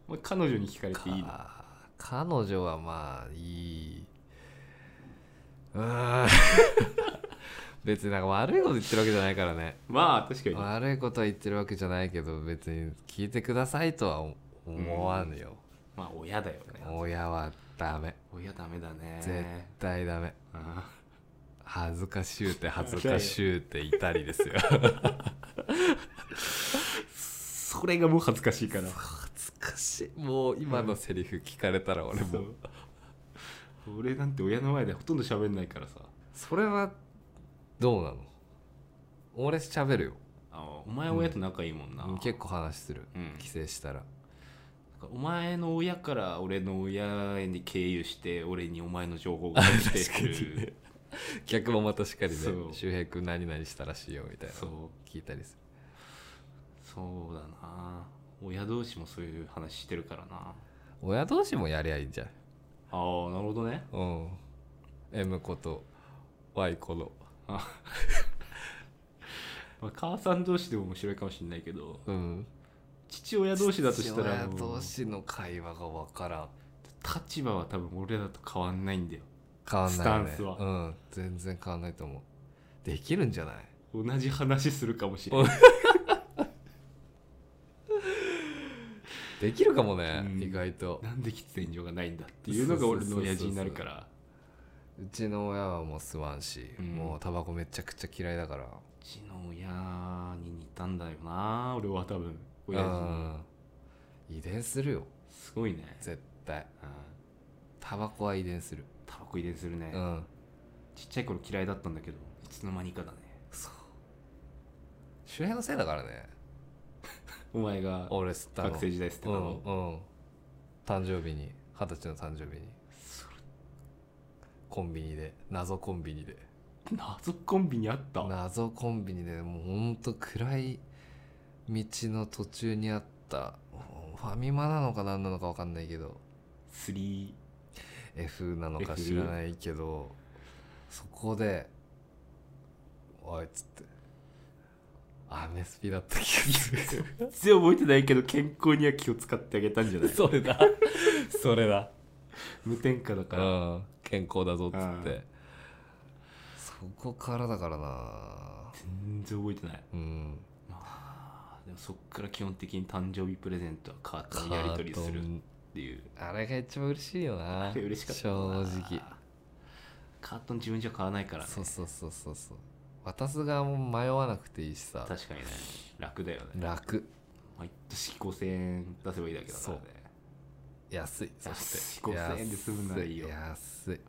S2: お前彼女に聞かれていいの
S1: か彼女はまあいいうーん 別になんか悪いこと言ってるわけじゃないからね
S2: まあ確か
S1: 悪いことは言ってるわけじゃないけど別に聞いてくださいとは思思わぬよ、
S2: にまあ親だよね
S1: 親はダメ
S2: 親ダメだね
S1: 絶対ダメ
S2: あ
S1: 恥ずかしゅうて恥ずかしゅうていたりですよ
S2: それがもう恥ずかしいから
S1: 恥ずかしいもう今のセリフ聞かれたら俺も
S2: そう俺なんて親の前でほとんど喋んないからさ
S1: それはどうなの俺喋るよ
S2: あお前は親と仲いいもんな、
S1: 結構話する
S2: うん
S1: 帰省したら
S2: お前の親から俺の親に経由して俺にお前の情報が来てく
S1: 確かにね
S2: る
S1: 逆もまたしっかりね
S2: そう
S1: 周平君何々したらしいよみたいな
S2: そう
S1: 聞いたりす
S2: そうだな親同士もそういう話してるからな
S1: る親同士もやりゃいいんじゃん
S2: ああなるほどね
S1: うん M 子と Y 子の
S2: あまあ母さん同士でも面白いかもしれないけど
S1: うん
S2: 父親同士だとしたら
S1: 父親
S2: もう
S1: 同士の会話が分からん
S2: 立場は多分俺らと変わんないんだよ
S1: 変わんないよね
S2: スタンスは
S1: うん全然変わんないと思うできるんじゃない
S2: 同じ話するかもしれない
S1: できるかもね、
S2: うん
S1: 意外と
S2: なんで喫煙所がないんだっていうのが俺の親父になるから
S1: うちの親はもう吸わんし、
S2: うん
S1: もうタバコめちゃくちゃ嫌いだから
S2: うちの親に似たんだよな俺は多分親父
S1: うん遺伝するよ
S2: すごいね
S1: 絶対
S2: あー
S1: タバコは遺伝する
S2: タバコ入れするね、
S1: うん
S2: ちっちゃい頃嫌いだったんだけどいつの間にかだね
S1: そう主演のせいだからね
S2: お前が
S1: 俺吸ったの
S2: 学生時代捨てたの、
S1: うんうん誕生日に二十歳の誕生日にコンビニで謎コンビニで
S2: 謎コンビにあった
S1: 謎コンビニでもうほんと暗い道の途中にあったファミマなのか何なのか分かんないけど
S2: 3F
S1: F なのか
S2: F
S1: 知らないけどそこで「おい」っつってアメスピだった気が する
S2: 全然覚えてないけど健康には気を使ってあげたんじゃない
S1: それだそれだ
S2: 無添加だから、
S1: うん健康だぞっつっ
S2: う
S1: てそこからだからな
S2: 全然覚えてない
S1: うん
S2: まあでもそっから基本的に誕生日プレゼントはカートのやり取りするっていう
S1: あれが一番嬉しいよな
S2: あれ嬉しかったな
S1: 正直
S2: カートン自分じゃ買わないからね
S1: そうそうそうそうそう渡す側も迷わなくていいしさ
S2: 確かにね楽だよね
S1: 楽
S2: 毎年5000円出せばいいだけだからね
S1: 安いそ
S2: 安
S1: し
S2: い
S1: て
S2: 5000円で済むならいいよ
S1: 安い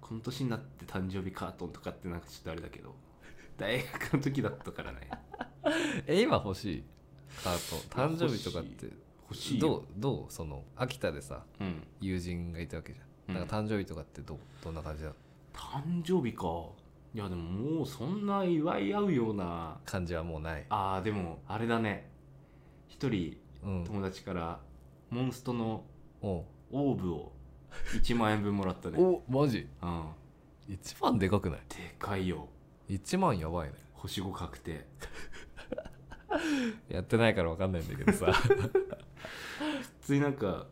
S2: この年になって誕生日カートンとかってなんかちょっとあれだけど 大学の時だったからね
S1: え今欲しいカート誕生日とかって
S2: 欲しい
S1: ど
S2: よ
S1: うどうその秋田でさ
S2: う、ん、
S1: 友人がいたわけじゃん
S2: うん
S1: なんか誕生日とかってどうどんな感じだ
S2: 誕生日かいやでももうそんな祝い合うような
S1: 感じはもうない
S2: あーでもあれだね一人
S1: うん
S2: 友達からモンストの
S1: おう
S2: オーブを1万円分もらった ね、
S1: おマジ
S2: うん、
S1: 1万でかくない
S2: でかいよ
S1: 1万やばいね
S2: 星5確定
S1: やってないから分かんないんだけど さ
S2: 普通になんか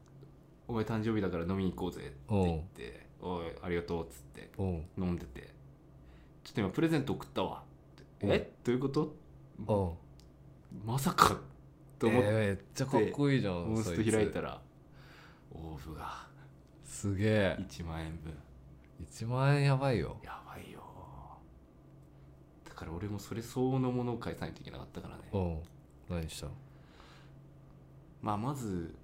S2: 「お前誕生日だから飲みに行こうぜ」って言って「おいありがとう」っつって
S1: うん
S2: 飲んでて「ちょっと今プレゼント送ったわ」って
S1: うん
S2: えどういうこと
S1: うん
S2: まさか」と思っ
S1: えー
S2: て
S1: めっちゃかっこいいじゃん
S2: モンス
S1: そ
S2: ト
S1: いつ
S2: 開いたらオーブが
S1: すげえ
S2: 1万円分
S1: 1万円やばいよ
S2: やばいよだから俺もそれ相応のものを返さないといけなかったからね
S1: うん何したの
S2: まあまず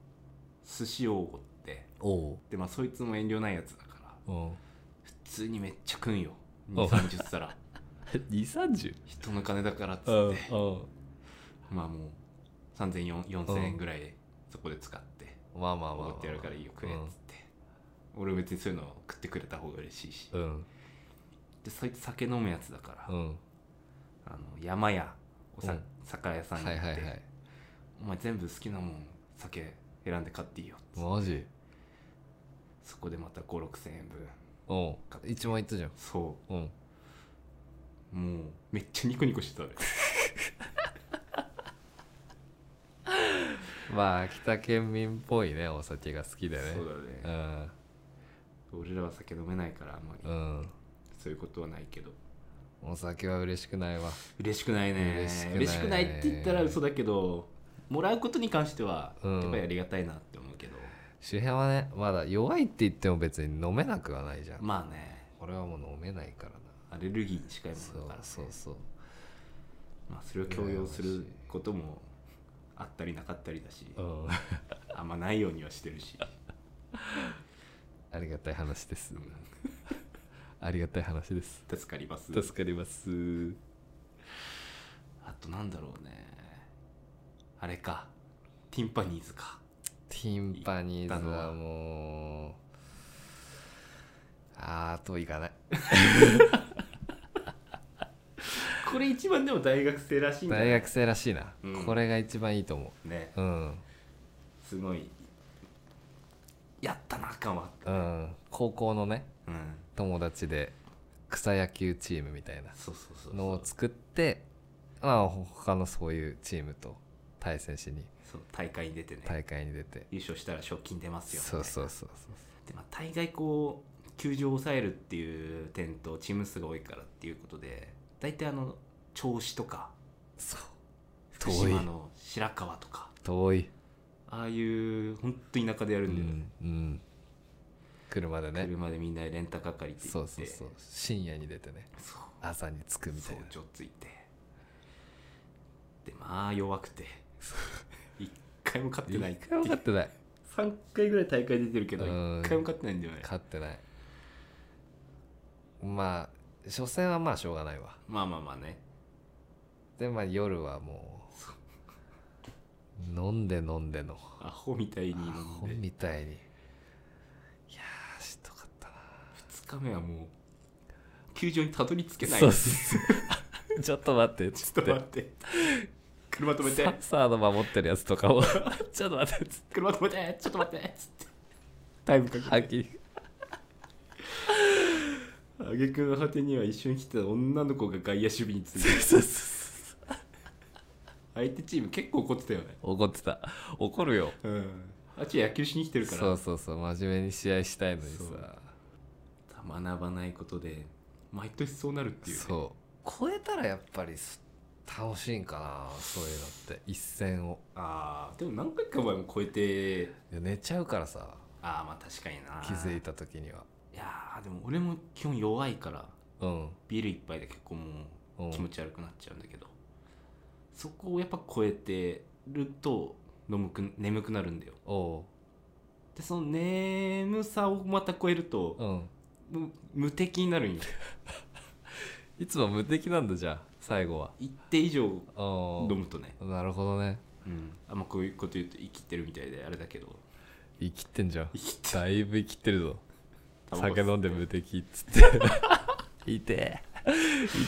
S2: 寿司をおごって
S1: おう
S2: でまあそいつも遠慮ないやつだから
S1: うん
S2: 普通にめっちゃ食うんよ
S1: お
S2: 2 3 0皿
S1: 230
S2: 人の金だからっつって、
S1: うんうん
S2: まあもう30004000円ぐらいそこで使って
S1: まあまあまあまあ
S2: 奢ってやるからいいよ食えっつって、俺別にそういうの食ってくれた方が嬉しいし、
S1: うん
S2: でそいつ酒飲むやつだから、
S1: うん
S2: あの山屋おさ、
S1: うん
S2: 酒屋さん
S1: は
S2: に
S1: い
S2: 行
S1: は
S2: っ
S1: い
S2: て、
S1: はい
S2: お前全部好きなもん酒選んで買っていいよっつって
S1: マジ
S2: そこでまた56000円分
S1: うん1万いったじゃん
S2: そ
S1: うん
S2: うもうめっちゃニコニコしてたね
S1: まあ秋田県民っぽいねお酒が好きでね
S2: そうだね、
S1: ね
S2: 俺らは酒飲めないからあんまり、
S1: うんうん
S2: そういうことはないけど
S1: お酒は嬉しくないわ
S2: 嬉しくないね
S1: 嬉
S2: 嬉
S1: し
S2: し
S1: く
S2: く
S1: な
S2: ないいって言ったら嘘だけどもらうことに関しては
S1: うん
S2: やっぱりありがたいなって思うけど、
S1: 周辺はねまだ弱いって言っても別に飲めなくはないじゃん
S2: まあね
S1: 俺はもう飲めないからな
S2: アレルギーに近いも
S1: そう
S2: のだからね
S1: そうそう
S2: まあ、それを強要することもあったりなかったりだし、
S1: うん
S2: あんまないようにはしてるし
S1: ありがたい話です ありがたい話です
S2: 助かります
S1: かります
S2: あとなんだろうねあれかティンパニーズか
S1: ティンパニーズはもうあーと行かない
S2: これ一番でも大学生らしいんだ
S1: 大学生らしいな、
S2: うん
S1: これが一番いいと思
S2: ね
S1: ううん
S2: すごいやったな感はあっ
S1: うん高校のね
S2: たうん
S1: 友達で草野球チームみたいな
S2: そうそうそうそう
S1: のを作ってまあ他のそういうチームと対戦しに
S2: そう大会に出てね
S1: 大会に出て
S2: 優勝したら賞金出ますよ
S1: そうそううそうそう
S2: で、まあ、大概こう球場を抑えるっていう点とチーム数が多いからっていうことで大体あの銚子とか
S1: そう
S2: 福島の白川とか
S1: 遠い
S2: ああいう本当田舎でや
S1: う
S2: るんだよね、
S1: ん、うん、車でね
S2: 車でみんなでレンタカー借りて行
S1: そ
S2: っ
S1: う
S2: て
S1: そうそう深夜に出てね
S2: そう
S1: 朝に着くみた
S2: 早
S1: いな
S2: 朝着いてってまあ 弱くて一回も勝ってない
S1: 一回も勝ってない
S2: 3回ぐらい大会出てるけど
S1: うん
S2: 1回も勝ってないんだよね
S1: 勝ってないまあ初戦はまあしょうがないわ
S2: まあまあまあね
S1: でまあ夜はもう飲んで飲んでの
S2: アホみたいに飲
S1: アホ
S2: んで
S1: みたいにいやーしんどかったな
S2: 2日目はもう球場にたどり着けない
S1: そうそうそう ちょっと待ってつ
S2: ち
S1: っ
S2: ょっと
S1: て
S2: 待って車止めて
S1: ササード守ってるやつと かもちょっと待ってつっ
S2: 車止めてちょっと待ってつってタイムか
S1: ては
S2: け
S1: ってきり
S2: あげくの果てには一緒に来てた女の子が外野守備について
S1: そうそうそう
S2: 相手チーム結構怒ってたよね
S1: 怒ってた怒るよ
S2: うんあっちは野球しに来てるから
S1: そうそうそう真面目に試合したいのにさ
S2: そう学ばないことで毎年そうなるっていうね、
S1: そう超えたらやっぱりす楽しいんかなそういうのって一線を
S2: ああでも何回か前も超えて
S1: いや寝ちゃうからさ
S2: ああまあ確かにな
S1: 気づい
S2: た
S1: た時にはい
S2: やーでも俺も基本弱いから
S1: うん
S2: ビール一杯で結構も
S1: うん
S2: う気持ち悪くなっちゃうんだけど、そこをやっぱ超えてると飲むく眠くなるんだよ
S1: おう
S2: でその眠さをまた超えると、
S1: うん
S2: もう無敵になるんよ
S1: いつも無敵なんだじゃあ最後は
S2: 一定以上
S1: お
S2: 飲むとね、
S1: なるほどね
S2: うん、あんまこういうこと言うと生きてるみたいであれだけど
S1: 生きってんじゃん
S2: 生きて
S1: だいぶ生きってるぞ
S2: タバコ吸って
S1: 酒飲んで無敵っつっていてえ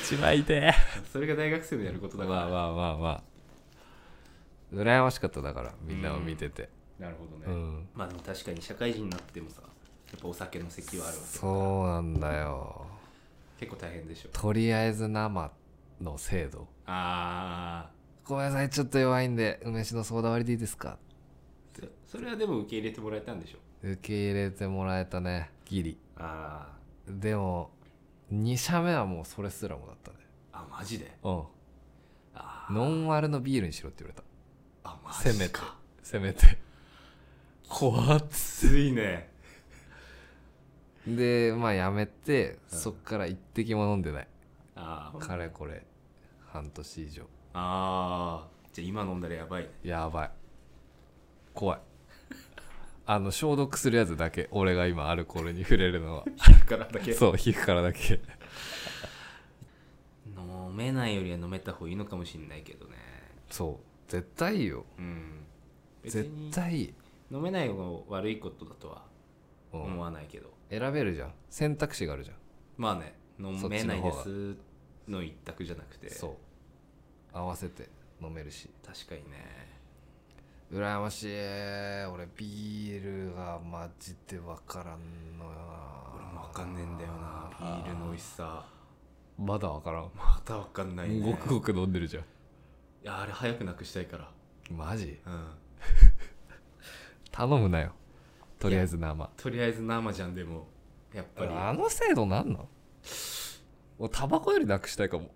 S1: 一番いてえ
S2: それが大学生のやることだから、
S1: まあまあまあまあ羨ましかっただからみんなを見てて
S2: なるほどね、
S1: うん
S2: まあでも確かに社会人になってもさやっぱお酒の席はあるわけ
S1: そうなんだよ
S2: 結構大変でしょ
S1: とりあえず生の制度
S2: あ
S1: ごめんなさいちょっと弱いんで梅酒のソーダ割りでいいですか
S2: あそれはでも受け入れてもらえたんでしょ
S1: 受け入れてもらえたねギリ
S2: あ
S1: でも2社目はもうそれすらもだったね
S2: ああマジで
S1: う
S2: あ
S1: んノンアルのビールにしろって言われた
S2: ああマ
S1: せめて
S2: か
S1: せめて怖っ
S2: ついね
S1: でまあやめて
S2: うん
S1: そっから一滴も飲んでない
S2: あー
S1: かれこれ半年以上
S2: あーじゃあ今飲んだら やばいね
S1: やばい怖いあの消毒するやつだけ俺が今アルコールに触れるのは
S2: 皮膚からだけ
S1: そう皮膚からだけ
S2: 飲めないよりは飲めた方がいいのかもしれないけどね
S1: そう絶対いいよ
S2: うん別
S1: 絶
S2: に
S1: 対いい、
S2: 飲めないのが悪いことだとは
S1: うん
S2: 思わないけど、
S1: 選べるじゃん選択肢があるじゃん
S2: まあね飲
S1: そっ
S2: め
S1: ち
S2: な
S1: の
S2: い
S1: 方
S2: で
S1: が
S2: すの一択じゃなくて
S1: そう合わせて飲めるし
S2: 確かにね
S1: 羨ましい俺ビールがマジで分からんのよ
S2: 俺
S1: な
S2: も分かんねえんだよなビールの美味しさ
S1: まだ分からん
S2: また分かんないね
S1: ごくごく飲んでるじゃん
S2: いやあれ早くなくしたいから
S1: マジ
S2: うん
S1: 頼むなよとりあえず生
S2: とりあえず生じゃんでもやっぱり
S1: あの制度なんなん俺タバコよりなくしたいかも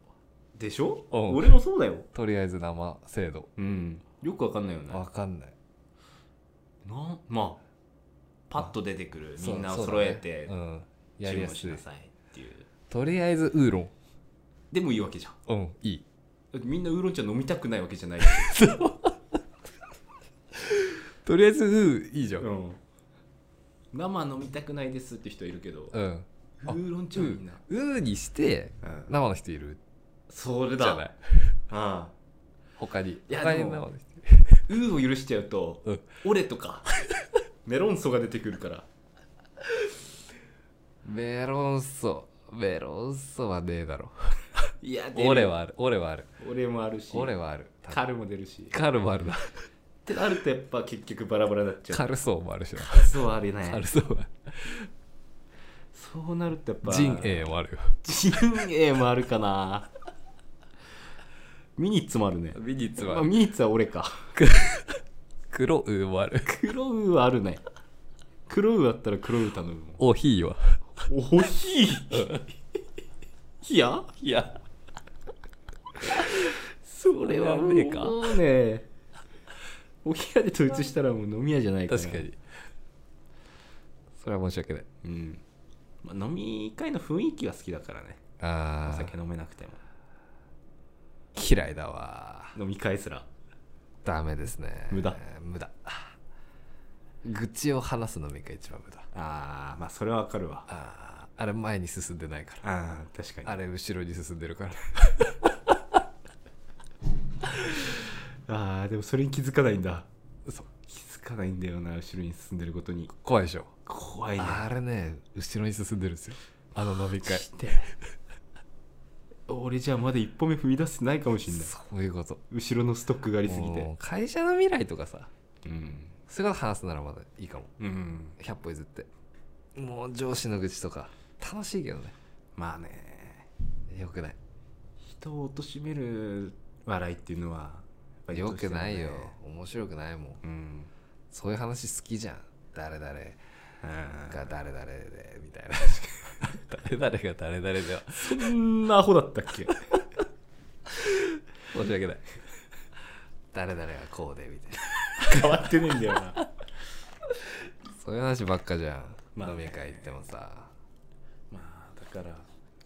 S2: でしょ
S1: うん
S2: 俺もそうだよ
S1: とりあえず生制度
S2: うんよく分かんないよね
S1: 分かんない
S2: なまあパッと出てくるみんな
S1: そう
S2: を揃えて
S1: そうだねうん、や
S2: 注
S1: りや
S2: 文
S1: す
S2: し
S1: い
S2: なさいっていう
S1: とりあえずウーロン
S2: でもいいわけじゃん
S1: うんいい
S2: だってみんなウーロン茶飲みたくないわけじゃない
S1: とりあえずウーいいじゃん
S2: ん生飲みたくないですって人いるけど
S1: うん
S2: ウーロン茶はみんな
S1: ウーにして
S2: うん
S1: 生の人いる
S2: それ
S1: じゃな
S2: だ
S1: い
S2: ああ
S1: 他に
S2: いや
S1: 他に
S2: でも
S1: 生の人
S2: ウーを許しちゃうと、
S1: うん
S2: オレと かメロンソが出てくるから
S1: メロンソメロンソはねえだろ
S2: いや出る
S1: 俺はある俺はある
S2: 俺もあるし
S1: 俺はある多分
S2: カルも出るしっ
S1: カルもあるな
S2: てなるとやっぱ結局バラバラになっちゃ
S1: カルソーもあるしな
S2: うそうあれね
S1: カルソーもあ
S2: そうなるとやっぱ
S1: るジン A もあるよ
S2: ジン A もあるかなミニッツもあるね
S1: ミニッツもあ
S2: まあ
S1: る
S2: ミニッツは俺か
S1: 黒ウーもある
S2: 黒ウーはあるね黒ウーあったら黒ウー頼むもん
S1: おひーは
S2: おひいや
S1: いや
S2: そ
S1: れはねえか
S2: もうねお部屋で統一したらもう飲み屋じゃないから
S1: 確かにそれは申し訳ない
S2: うん、まあ、飲み会の雰囲気は好きだからね
S1: あ
S2: お
S1: あ
S2: 酒飲めなくても
S1: 嫌いだわ
S2: 飲み会すら
S1: ダメですね
S2: 無駄
S1: 無駄愚痴を話す飲みが一番無駄
S2: ああまあそれはわかるわ
S1: あーあれ前に進んでないから
S2: ああ確かに
S1: あれ後ろに進んでるから
S2: ああでもそれに気づかないんだ
S1: 嘘
S2: 気づかないんだよな後ろに進んでることに
S1: 怖いでしょ
S2: 怖いね
S1: あれね後ろに進んでるんですよあの飲み会
S2: して俺じゃあまだ一歩目踏み出せてないかもしんない
S1: そういうこと
S2: 後ろのストックがありすぎ
S1: も
S2: て
S1: う会社の未来とかさ
S2: うん
S1: そういうこと話すならまだいいかも
S2: うん
S1: 100歩譲ってもう上司の愚痴とか楽しいけどね
S2: まあね
S1: よくない
S2: 人を貶める笑いっていうのはやっぱりど
S1: よ
S2: うして
S1: く
S2: もね
S1: ないよ面白くないもん
S2: うん
S1: そういう話好きじゃん誰々
S2: あー
S1: が誰々でみたいな誰々が誰々では
S2: そんなアホだったっけ
S1: 申し訳ない誰々がこうでみたいな
S2: 変わってねえんだ よな
S1: そういう話ばっかじゃん、
S2: まあね
S1: 飲み会行ってもさ
S2: まあだから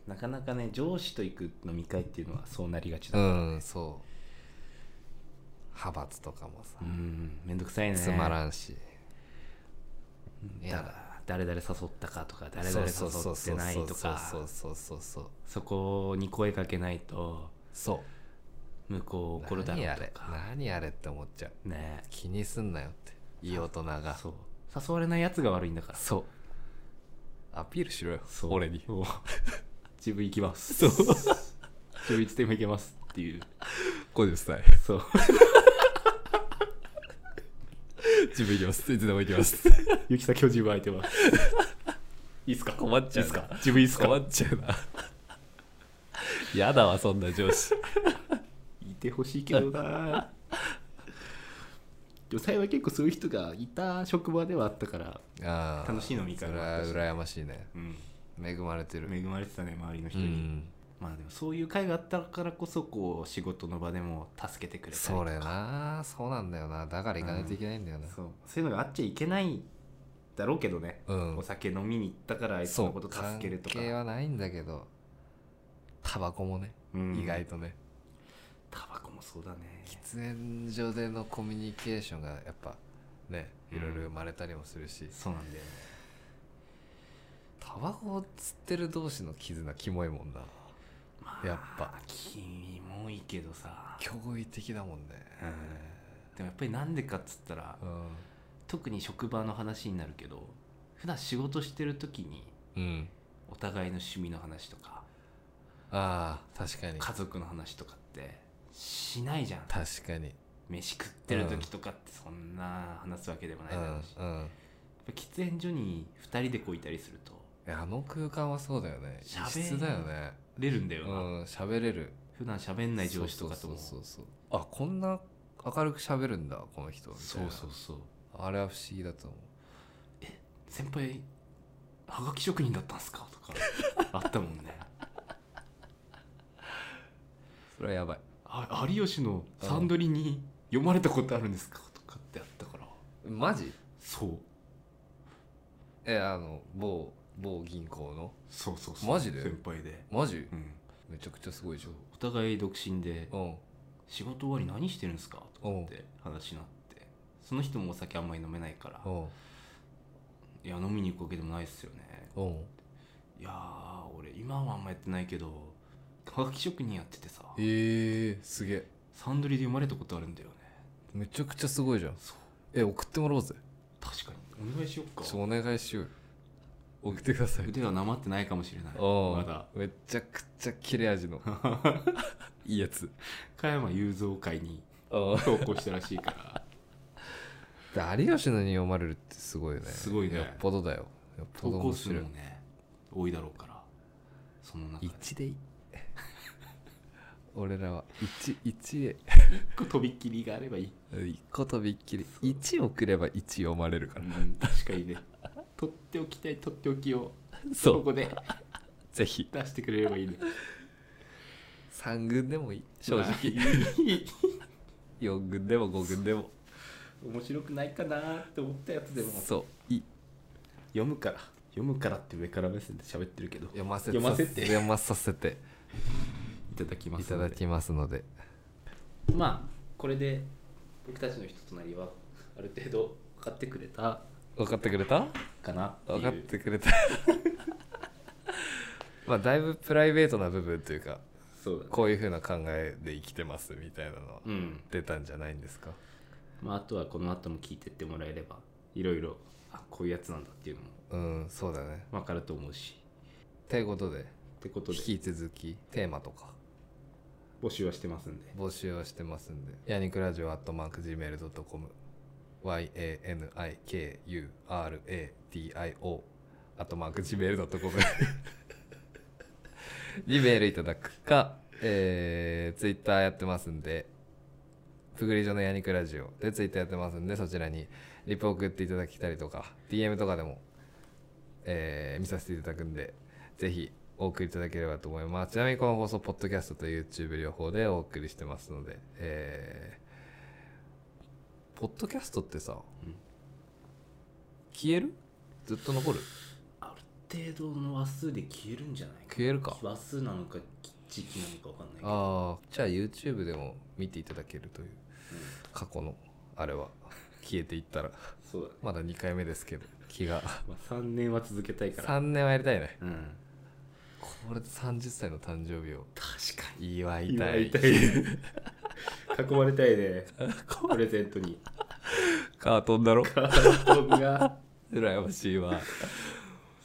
S2: なかなかね上司と行く飲み会っていうのはそうなりがち
S1: う
S2: だ
S1: んそう派閥とかもさ、
S2: うんめんどくさいね
S1: つまらんし
S2: だから誰々誘ったかとか誰々誘ってないとか
S1: そうそうそうそうそう
S2: そこに声かけないと
S1: そう
S2: 向こう怒るだろう
S1: 何あ
S2: と
S1: れ
S2: か
S1: 何あれって思っちゃう
S2: ね
S1: 気にすんなよっていい大人が
S2: そう誘われないやつが悪いんだから
S1: そうアピールしろよ
S2: そう
S1: 俺に
S2: もう自分行きますそう自分いつでも行けますっていう
S1: 50歳
S2: そう
S1: 自分行きますいつでも行きます
S2: ゆきさん今日自分空いてますいいっすか
S1: 困っちゃうない
S2: いっすか自分いいっすか
S1: 困っちゃうなやだわそんな上司
S2: いてほしいけどな でも幸い結構そういう人がいた職場ではあったから、
S1: あー
S2: 楽しい飲み会
S1: それ
S2: もあ
S1: は
S2: ったし
S1: 羨ましいね
S2: うん、
S1: 恵まれてる
S2: 恵まれてたね周りの
S1: う
S2: 人に、
S1: ん
S2: まあでもそういう会があったからこそこう仕事の場でも助けてくれたり
S1: それなそうなんだよなだから行かないといけないんだよな、
S2: そうそういうのがあっちゃいけないだろうけどね、
S1: うん
S2: お酒飲みに行ったからあいつ
S1: そ
S2: の
S1: う
S2: こと助けるとか
S1: 関係はないんだけどタバコもね、
S2: うん
S1: 意外とね
S2: タバコもそうだね
S1: 喫煙所でのコミュニケーションがやっぱね
S2: うん
S1: いろいろ生まれたりもするし、
S2: そうなんだよね
S1: タバコを吸ってる同士の絆キモいもんな
S2: ま
S1: やっぱ
S2: 君もいいけどさ
S1: 驚異的だもんね、
S2: うんでもやっぱりなんでかっつったら、
S1: うん
S2: 特に職場の話になるけど普段仕事してる時に
S1: うん、
S2: お互いの趣味の話とか
S1: ああ確かに
S2: 家族の話とかってしないじゃん
S1: 確かに
S2: 飯食ってる時とかってそんな話すわけでもないだろうし、
S1: う
S2: やっ
S1: んうん
S2: ぱ喫煙所に2人でこういたりすると
S1: いやあの空間はそうだよね
S2: 喋
S1: 異質だよね
S2: 出るんだ
S1: う
S2: よな、
S1: ん喋れる
S2: 普段喋んない上司とかとも
S1: そうそうそうそうあこんな明るく喋るんだこの人みたいな
S2: そうそうそう
S1: あれは不思議だと思う
S2: 先輩はがき職人だったんすか とかあったもんね
S1: それはやばい
S2: あ有吉のサンドリに読まれたことあるんですかとかってあったから
S1: マジ
S2: そう
S1: えあの某某銀行の
S2: そうそうそう
S1: マジで
S2: 先輩で、
S1: マジ
S2: うん、
S1: めちゃくちゃすごいでしょ
S2: お互い独身で
S1: うん
S2: 「仕事終わり何してるんですか?」と
S1: うん
S2: かって話になってその人もお酒あんまり飲めないから
S1: うん
S2: 「いや飲みに行くわけでもないっすよね
S1: うん」
S2: いやー俺今はあんまやってないけどはがき職人やっててさ
S1: ええすげえ
S2: サンドリで生まれたことあるんだよね
S1: めちゃくちゃすごいじゃん
S2: そう
S1: え送ってもらおうぜ
S2: 確かにお願いしよっか
S1: ちょお願いしようよ送ってください
S2: 腕がなまってないかもしれない
S1: うん
S2: まだ
S1: めちゃくちゃ切れ 味のいいやつ
S2: 加山雄三会に
S1: うん
S2: 投稿したらしいから
S1: で有吉のに読まれるってすごいよね
S2: すごいね
S1: よっぽどだよよっぽ
S2: 投
S1: ど
S2: 稿
S1: 面
S2: 数
S1: 白い
S2: もね多いだろうからその中で
S1: 1でいい 俺らは11で
S2: 一個とびっきりがあればいい、
S1: 1個とびっきり1送れば1読まれる から
S2: 確かにね取っておきたい取っておきを
S1: そ
S2: ここ
S1: う
S2: で
S1: ぜひ
S2: 出してくれればいいね
S1: 3軍でもいい正直
S2: 直
S1: 4軍でも5軍でも
S2: 面白くないかなーって思ったやつでも
S1: そういい
S2: 読むから読むからって上から目線で喋ってるけど
S1: 読ませ
S2: 読ませて
S1: 読まさせて
S2: ただきま
S1: い
S2: す
S1: た
S2: ので
S1: だきますので
S2: まあこれで僕たちの人となりはある程度分かってくれた
S1: 分かってくれた
S2: かなっていう
S1: 分かってくれた まあだいぶプライベートな部分というか
S2: そうだね
S1: こういう風な考えで生きてますみたいなのは
S2: うん
S1: 出たんじゃないんですか
S2: まあ、あとはこの後も聞いてってもらえればいろいろあこういうやつなんだっていうのも
S1: うんそうだね
S2: 分かると思うし
S1: ということで
S2: ってことで
S1: 引き続きテーマとか
S2: 募集はしてますんで
S1: 募集はしてますんでヤニクラジオアットマーク Gmail.com yanikuradio アットマーク Gmail.com にメールいただくか、えー、ツイッターやってますんでプグリジョのヤニクラジオでツイッターやってますんでそちらにリプ送っていただきたりとか DM とかでも、えー見させていただくんでぜひお送りいただければと思います。ちなみにこの放送、ポッドキャストと YouTube 両方でお送りしてますので、えー、ポッドキャストってさ、
S2: うん
S1: 消えるずっと残る
S2: ある程度の話数で消えるんじゃないか
S1: 消えるか。
S2: 話数なのか時期なのか分かんないけど
S1: ああ、じゃあ YouTube でも見ていただけるという、過去の、あれは、消えていったら、
S2: そうだね、
S1: まだ2回目ですけど、気が。
S2: まあ、3年は続けたいから
S1: 3年はやりたいね。
S2: うん
S1: これで30歳の誕生日を
S2: 確か
S1: 祝いた
S2: 祝
S1: い
S2: い。た い囲まれたい ねプレゼン トに
S1: カートンだろ
S2: カートンが
S1: 羨ましいわ。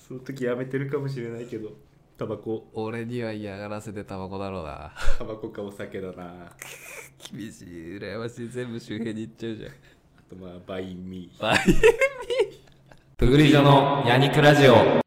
S2: その時やめてるかもしれないけどタバコ
S1: 俺には嫌がらせでタバコだろうな
S2: タバコかお酒だな
S1: 厳しい羨ましい全部周辺に行っちゃうじゃん
S2: あとまあバインミー
S1: プグリジョのヤニクラジオ